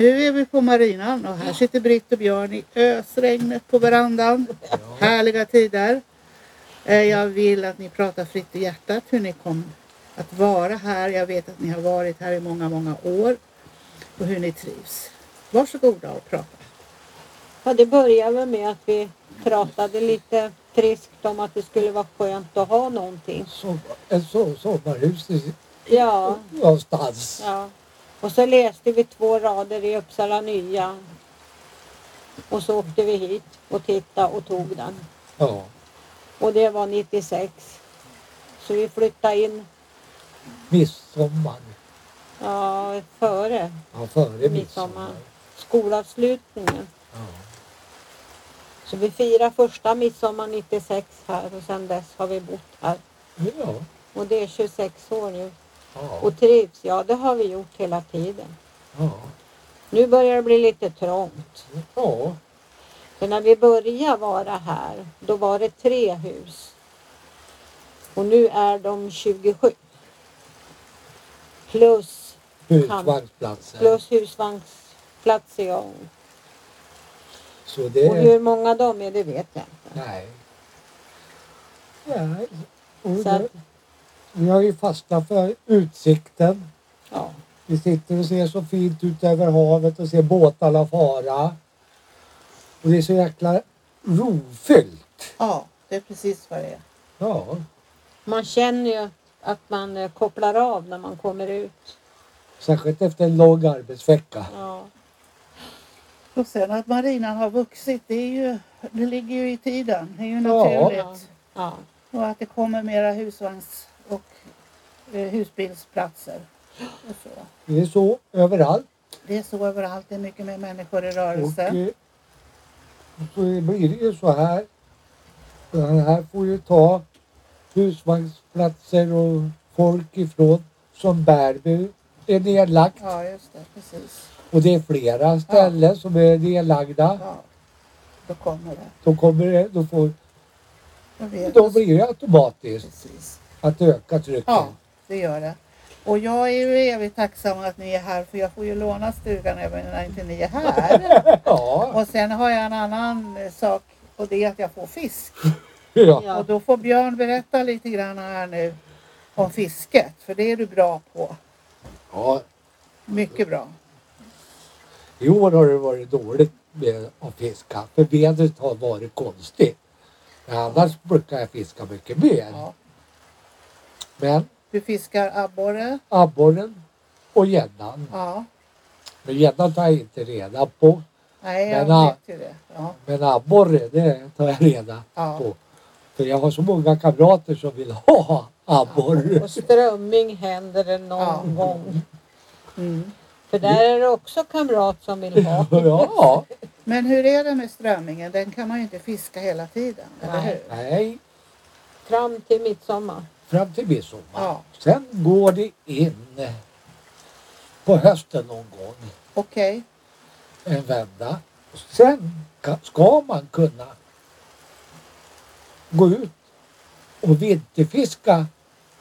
Nu är vi på marinan och här sitter Britt och Björn i ösregnet på verandan. Härliga tider. Eh, Jag vill att ni pratar fritt i hjärtat hur ni kom att vara här. Jag vet att ni har varit här i många, många år och hur ni trivs. Varsågoda och prata. Ja, det började väl med att vi pratade lite friskt om att det skulle vara skönt att ha någonting. Sommar, ett so- sommarhus i, Ja, någonstans. ja. Och så läste vi två rader i Uppsala Nya. Och så åkte vi hit och tittade och tog den. Ja. Och det var 96. Så vi flyttade in Midsommar. ja, före Ja, före midsommar. Midsommar. skolavslutningen. Ja. Så vi firar första midsommar 96 här och sedan dess har vi bott här. Ja. Och det är 26 år nu. Ja. Och trivs, ja det har vi gjort hela tiden. Ja. Nu börjar det bli lite trångt. ja. För när vi började vara här, då var det tre hus. Och nu är de 27. Plus, Husvagnsplatser. plus husvagnsplatser. ja. Så det Och hur många de är, det vet jag inte. Nej. Nej. Och Så att, det- Vi har ju fastnat för utsikten. ja. Vi sitter och ser så fint ut över havet och ser båtarna fara. Och det är så jäkla rofyllt. Ja, det är precis vad det är. Ja. Man känner ju att man eh, kopplar av när man kommer ut. Särskilt efter en lång arbetsvecka. Ja. Och sen att marinan har vuxit, det, är ju, det ligger ju i tiden. Det är ju Ja. naturligt. Ja. Och att det kommer mera husvagns och eh, husbilsplatser. Och så. Det är så överallt. Det är så överallt, det är mycket mer människor i Och, rörelse. eh, så blir det ju så här. Den här får ju ta husvagnsplatser och folk ifrån som Bärby är nedlagt. Ja, just det, precis. Och det är flera ställen som är nedlagda. Ja, då kommer det. Då, kommer det, då, får, Då vet då vi. blir det automatiskt Precis. att öka trycket. Ja, det gör det. Och jag är ju evigt tacksam att ni är här för jag får ju låna stugan även när inte ni är här. Ja. Och sen har jag en annan eh, sak och det är att jag får fisk. ja. Och då får Björn berätta lite grann här nu om fisket, för det är du bra på. ja. Mycket bra. I år har det varit dåligt med att fiska för vädret har varit konstigt. Men annars brukar jag fiska mycket mer. Ja. Men Du fiskar abborre. abborren och gäddan. Ja. Men gäddan tar jag inte reda på. Nej, jag Men, ah, vet ju det. Ja. Men abborre, det tar jag reda Ja. på. För jag har så många kamrater som vill ha abborre. Och strömming händer det någon Ja. gång. Mm. För där är det också kamrat som vill ha. Ja, Men hur är det med strömmingen? Den kan man ju inte fiska hela tiden, eller Nej. hur? nej, Fram till midsommar. fram till midsommar. Ja. Sen går det in på hösten någon gång, Okej. en vända. Sen ka- ska man kunna gå ut och vinterfiska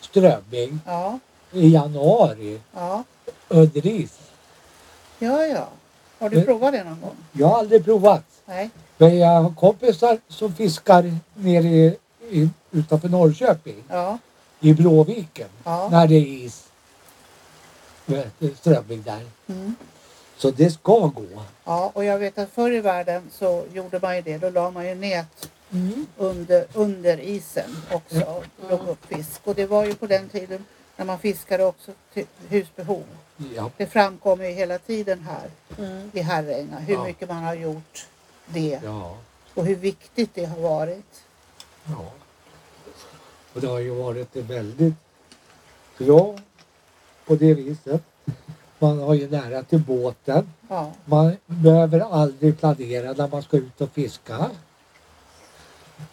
strömming Ja, i januari ja, under is. ja, ja. Har du Men- provat det någon gång? Jag har aldrig provat. Nej. Men jag har kompisar som fiskar nere i, i, utanför Norrköping, Ja, i Bråviken, ja. när det är is. Vet du, Strömming där. Mm. Så det ska gå. Ja, och jag vet att förr i världen så gjorde man ju det. Då la man ju nät under, under isen också och Mm. drog upp fisk. Och det var ju på den tiden när man fiskade också till husbehov. Ja. Det framkommer ju hela tiden här Mm. i Herränga hur Ja. mycket man har gjort det Ja. och hur viktigt det har varit. ja. Och det har ju varit en väldigt bra på det viset. Man har ju nära till båten. Ja, Man behöver aldrig planera när man ska ut och fiska.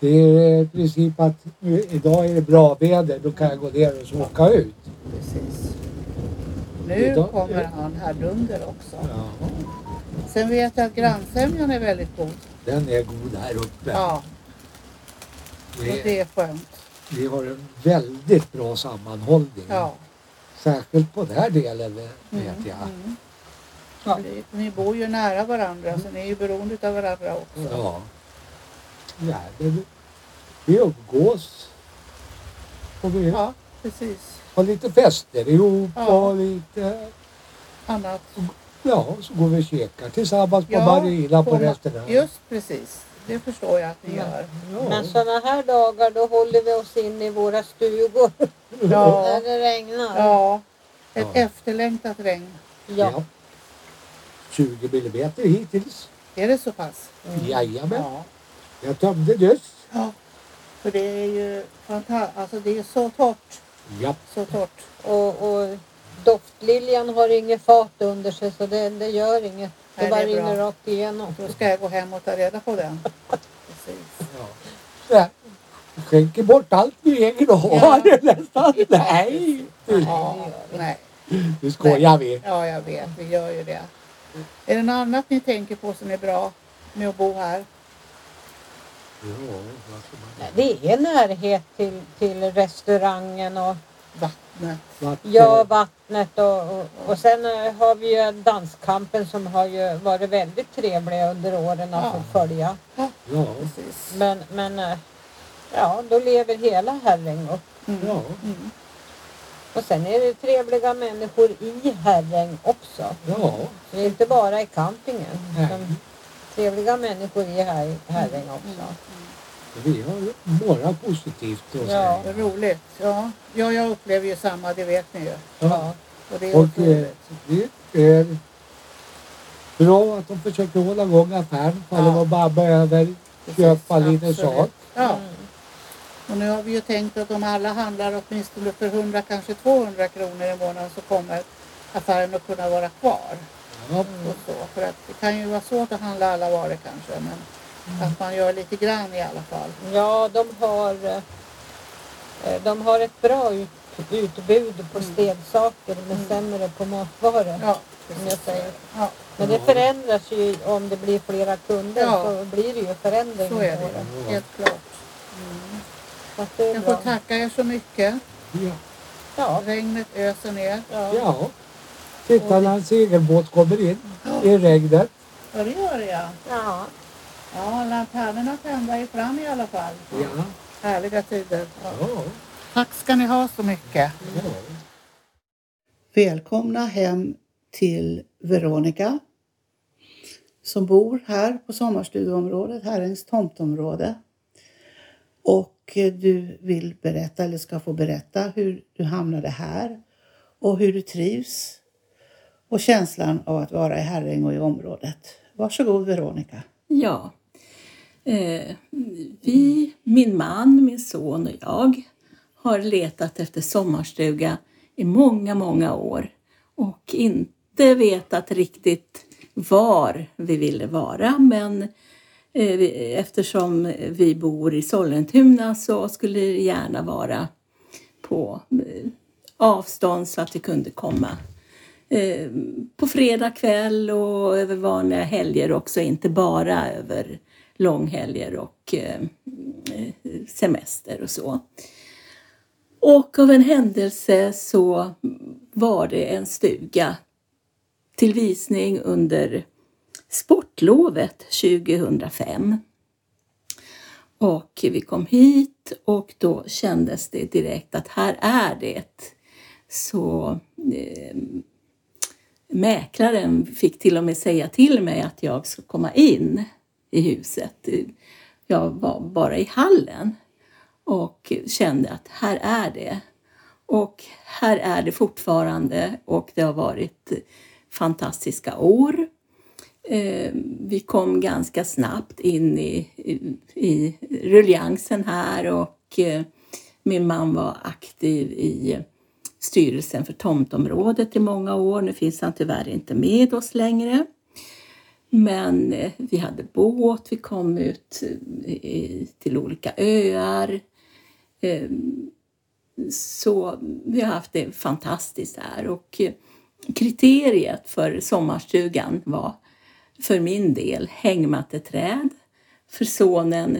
Det är i princip att nu, idag är det bra väder, då kan jag gå ner och så åka ut. precis. Nu Idag- kommer han här dunder också. Ja, Sen vet jag att grannsämjan är väldigt god. den är god här uppe. Ja, och Vi, det är skönt. vi har en väldigt bra sammanhållning. Ja. Särskilt på den här delen vet jag. Mm. Ja. Ni- Ni bor ju nära varandra så ni är ju beroende av varandra också. Ja. ja det, vi umgås. Och vi Ja, precis. har lite fester ihop Ja. och lite... Annat. Ja, så går vi och käkar tillsammans på Ja, Marila på på Ma- restaurang. Just precis. Det förstår jag att ni gör. Ja. Men sådana här dagar då håller vi oss inne i våra stugor när Ja, det regnar. ja. Ett Ja. efterlängtat regn. Ja. 20 millimeter hittills. Är det så pass? Jajamän. Ja. Jag tömde nyss. ja. För det är ju fantastiskt. Alltså det är så torrt. Ja. Så torrt. Och, och doftliljan har inget fat under sig så det, det gör inget. Det Nej, det bara är bra. rinner rakt igenom. Då ska jag gå hem och ta reda på den. Precis. ja. Nej, vi Skänker bort allt vi äger och har nästan. Nej, Ja, nej. nu skojar vi. Ja, jag vet. Vi gör ju det. Är det något annat ni tänker på som är bra med att bo här? Ja, vad ska man- Nej, Det är närhet till, till restaurangen och Vattnet. Vart, ja, eh, vattnet och, och, och sen eh, har vi ju danskampen som har ju varit väldigt trevlig under åren att Ja. få följa. ja, Precis. Men, men eh, ja, då lever hela Herräng upp. Mm. ja, Mm. Och sen är det trevliga människor i Herräng också. ja. Det är inte bara i campingen. Nej. Utan trevliga människor i Här- Herräng Mm. också. Vi har bara positivt att Ja. Vad säga. roligt. Ja. ja, jag upplever ju samma, det vet ni ju. Ja. Ja. Och det är Och eh, otroligt. det är bra att de försöker hålla igång affären ifall Ja. de bara behöver Precis, köpa lite absolut. sak. Ja, Mm. och nu har vi ju tänkt att om alla handlar åtminstone för 100, kanske 200 kronor i månaden så kommer affären att kunna vara kvar. Ja. Och så. För att det kan ju vara svårt att handla alla varor kanske, men att man gör lite grann i alla fall. Ja, de har, eh, de har ett bra ut, utbud på stensaker men sämre på matvaror. Mm. Ja, Som jag precis. säger. Ja, Men det Ja. förändras ju om det blir flera kunder Ja. så blir det ju förändring. så är det på ju. Helt klart. Mm. Så att det är Jag får bra. tacka er så mycket. Ja. Ja, Regnet öser ner. ja. ja. Titta när en segelbåt kommer in i regnet. Ja, det gör jag. ja. Ja, lanternorna tända är fram i alla fall. Ja. Härliga tider. Ja. Ja. Tack ska ni ha så mycket. Ja. Välkomna hem till Veronica som bor här på sommarstugeområdet, Herrens tomtområde. Och eh, du vill berätta, eller ska få berätta, hur du hamnade här och hur du trivs och känslan av att vara i Herräng och i området. Varsågod Veronica. Ja. Eh, vi, min man, min son och jag har letat efter sommarstuga i många, många år och inte vetat riktigt var vi ville vara. Men eh, vi- eftersom vi bor i Sollentuna så skulle det gärna vara på eh, avstånd så att vi kunde komma eh, på fredag kväll och över vanliga helger också, inte bara över långhelger och eh, eh, semester och så. Och av en händelse så var det en stuga till visning under sportlovet 2005. Och vi kom hit och då kändes det direkt att här är det. Så eh, mäklaren fick till och med säga till mig att jag skulle komma in i huset. Jag var bara i hallen och kände att här är det. Och här är det fortfarande och det har varit fantastiska år. Eh, Vi kom ganska snabbt in i, i, i ruljansen här och eh, min man var aktiv i styrelsen för tomtområdet i många år. Nu finns han tyvärr inte med oss längre. Men eh, vi hade båt, vi kom ut eh, i, till olika öar. Eh, Så vi har haft det fantastiskt här och eh, kriteriet för sommarstugan var för min del hängmatteträd, för sonen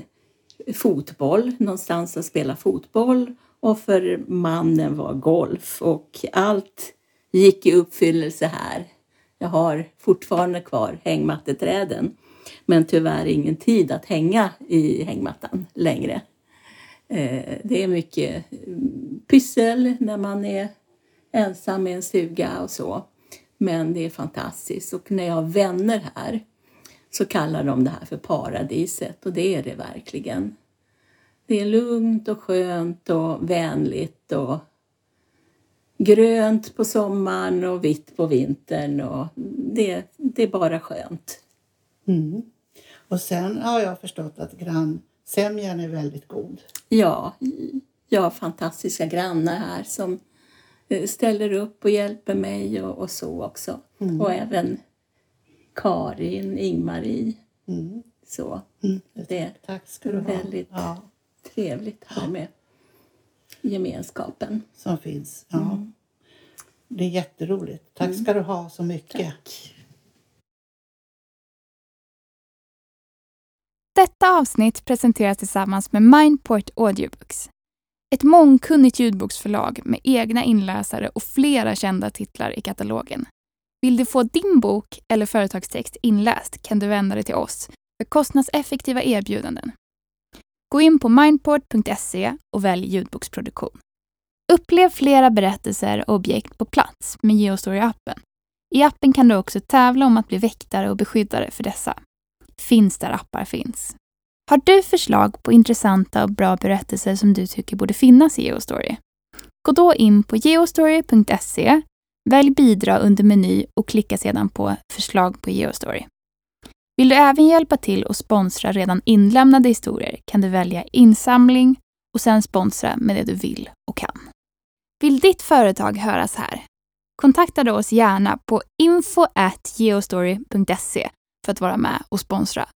fotboll, någonstans att spela fotboll och för mannen var golf och allt gick i uppfyllelse här. Jag har fortfarande kvar hängmatteträden. Men tyvärr ingen tid att hänga i hängmattan längre. Eh, Det är mycket mm, pyssel när man är ensam i en stuga och så. Men det är fantastiskt. Och när jag har vänner här så kallar de det här för paradiset och det är det verkligen. Det är lugnt och skönt och vänligt och grönt på sommaren och vitt på vintern. Och det, det är bara skönt. Mm. Och sen har jag förstått att grannsämjan är väldigt god. Ja, jag har fantastiska grannar här som eh, ställer upp och hjälper mig och, och så också. Mm. Och även Karin, Ingmarie. Mm. Så Mm. det är Tack ska du ha. Väldigt. Ja, trevligt här med gemenskapen. som finns. Ja. Det är jätteroligt. Tack ska du ha så mycket. Detta avsnitt presenteras tillsammans med Mindport Audiobooks. Ett mångkunnigt ljudboksförlag med egna inläsare och flera kända titlar i katalogen. Vill du få din bok eller företagstext inläst kan du vända dig till oss för kostnadseffektiva erbjudanden. Gå in på mindport.se och välj ljudboksproduktion. Upplev flera berättelser och objekt på plats med Geostory-appen. I appen kan du också tävla om att bli väktare och beskyddare för dessa finns där appar finns. Har du förslag på intressanta och bra berättelser som du tycker borde finnas i Geostory? Gå då in på geostory.se, välj bidra under meny och klicka sedan på förslag på Geostory. Vill du även hjälpa till och sponsra redan inlämnade historier kan du välja insamling och sedan sponsra med det du vill och kan. Vill ditt företag höras här? Kontakta då oss gärna på info@geostory.se för att vara med och sponsra